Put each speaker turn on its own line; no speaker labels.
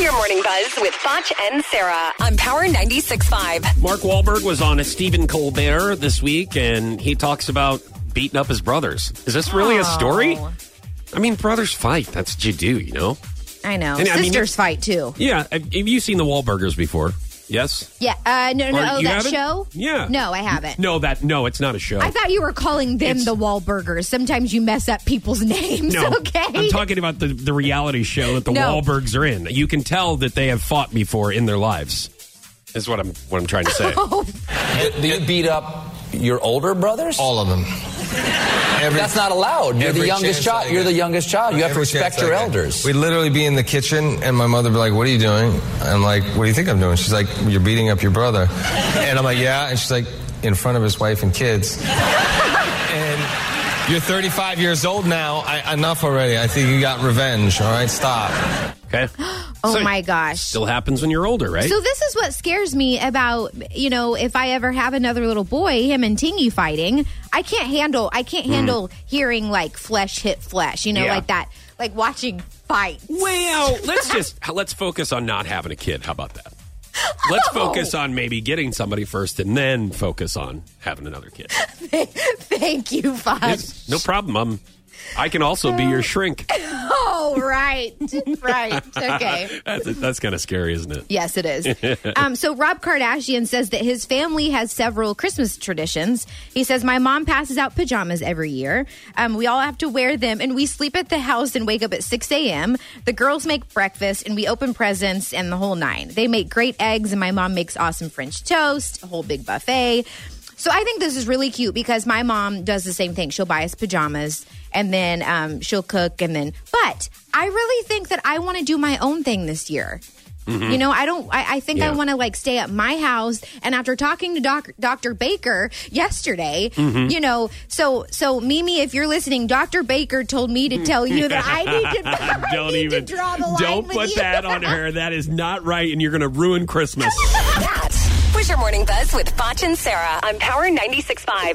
Your morning buzz with Foch and Sarah on Power 96.5.
Mark Wahlberg was on a Stephen Colbert this week, and he talks about beating up his brothers. Is this really a story?
Oh.
I mean, brothers fight. That's what you do, you know?
I know.
And I mean,
Sisters
it-
fight too.
Yeah. Have you seen the Wahlburgers before? Yes.
Yeah. Uh, no, no,
Or
no. Oh,
you
that
haven't?
show?
Yeah.
No, I haven't.
No, that no, it's not a show.
I thought you were calling them
It's-
the Wahlburgers. Sometimes you mess up people's names.
no,
Okay.
I'm talking about the, the reality show that the
No.
Wahlbergs are in. You can tell that they have fought before in their lives. Is what I'm what I'm trying to say.
Oh,
Do you beat up your older brothers?
All of them. Every,
That's not allowed. You're the
every
youngest
chance I
child.
get.
You're the youngest child. You have to
Every
respect
chance I
your
get.
elders.
We'd literally be in the kitchen, and my mother would be like, What are you doing? I'm like, What do you think I'm doing? She's like, You're beating up your brother. And I'm like, Yeah. And she's like, In front of his wife and kids. and you're 35 years old now. I, enough already. I think you got revenge. All right, stop.
Okay.
oh
So-
my gosh.
Still happens when you're older, right?
So this is what scares me about you know if I ever have another little boy, him and Tingy fighting. I can't handle. I can't handle hearing like flesh hit flesh. You know,
Mm. Yeah.
like that. Like watching fight.
Well, let's just let's focus on not having a kid. How about that? Let's
Oh.
focus on maybe getting somebody first, and then focus on having another kid.
Thank you, Fox.
It's- no problem. I'm, I can also be your shrink.
Oh, right. right. Okay.
That's, that's kind of scary, isn't it?
Yes, it is. um, so Rob Kardashian says that his family has several Christmas traditions. He says, My mom passes out pajamas every year. Um, we all have to wear them, and we sleep at the house and wake up at 6 a.m. The girls make breakfast, and we open presents and the whole nine. They make great eggs, and my mom makes awesome French toast, a whole big buffet. So I think this is really cute because my mom does the same thing. She'll buy us pajamas and then um, she'll cook and then. But I really think that I want to do my own thing this year. You know, I don't. I, I think
Mm-hmm. Yeah.
I want to like stay at my house. And after talking to doc, Dr. Baker yesterday,
Mm-hmm.
you know, so so Mimi, if you're listening, Dr. Baker told me to tell you that I need to. I
Hmm. don't
need
even
to draw the line
don't
with
put
you.
that on her. That is not right, and you're going to ruin Christmas.
That was your morning buzz with Foch and Sarah on Power 96.5.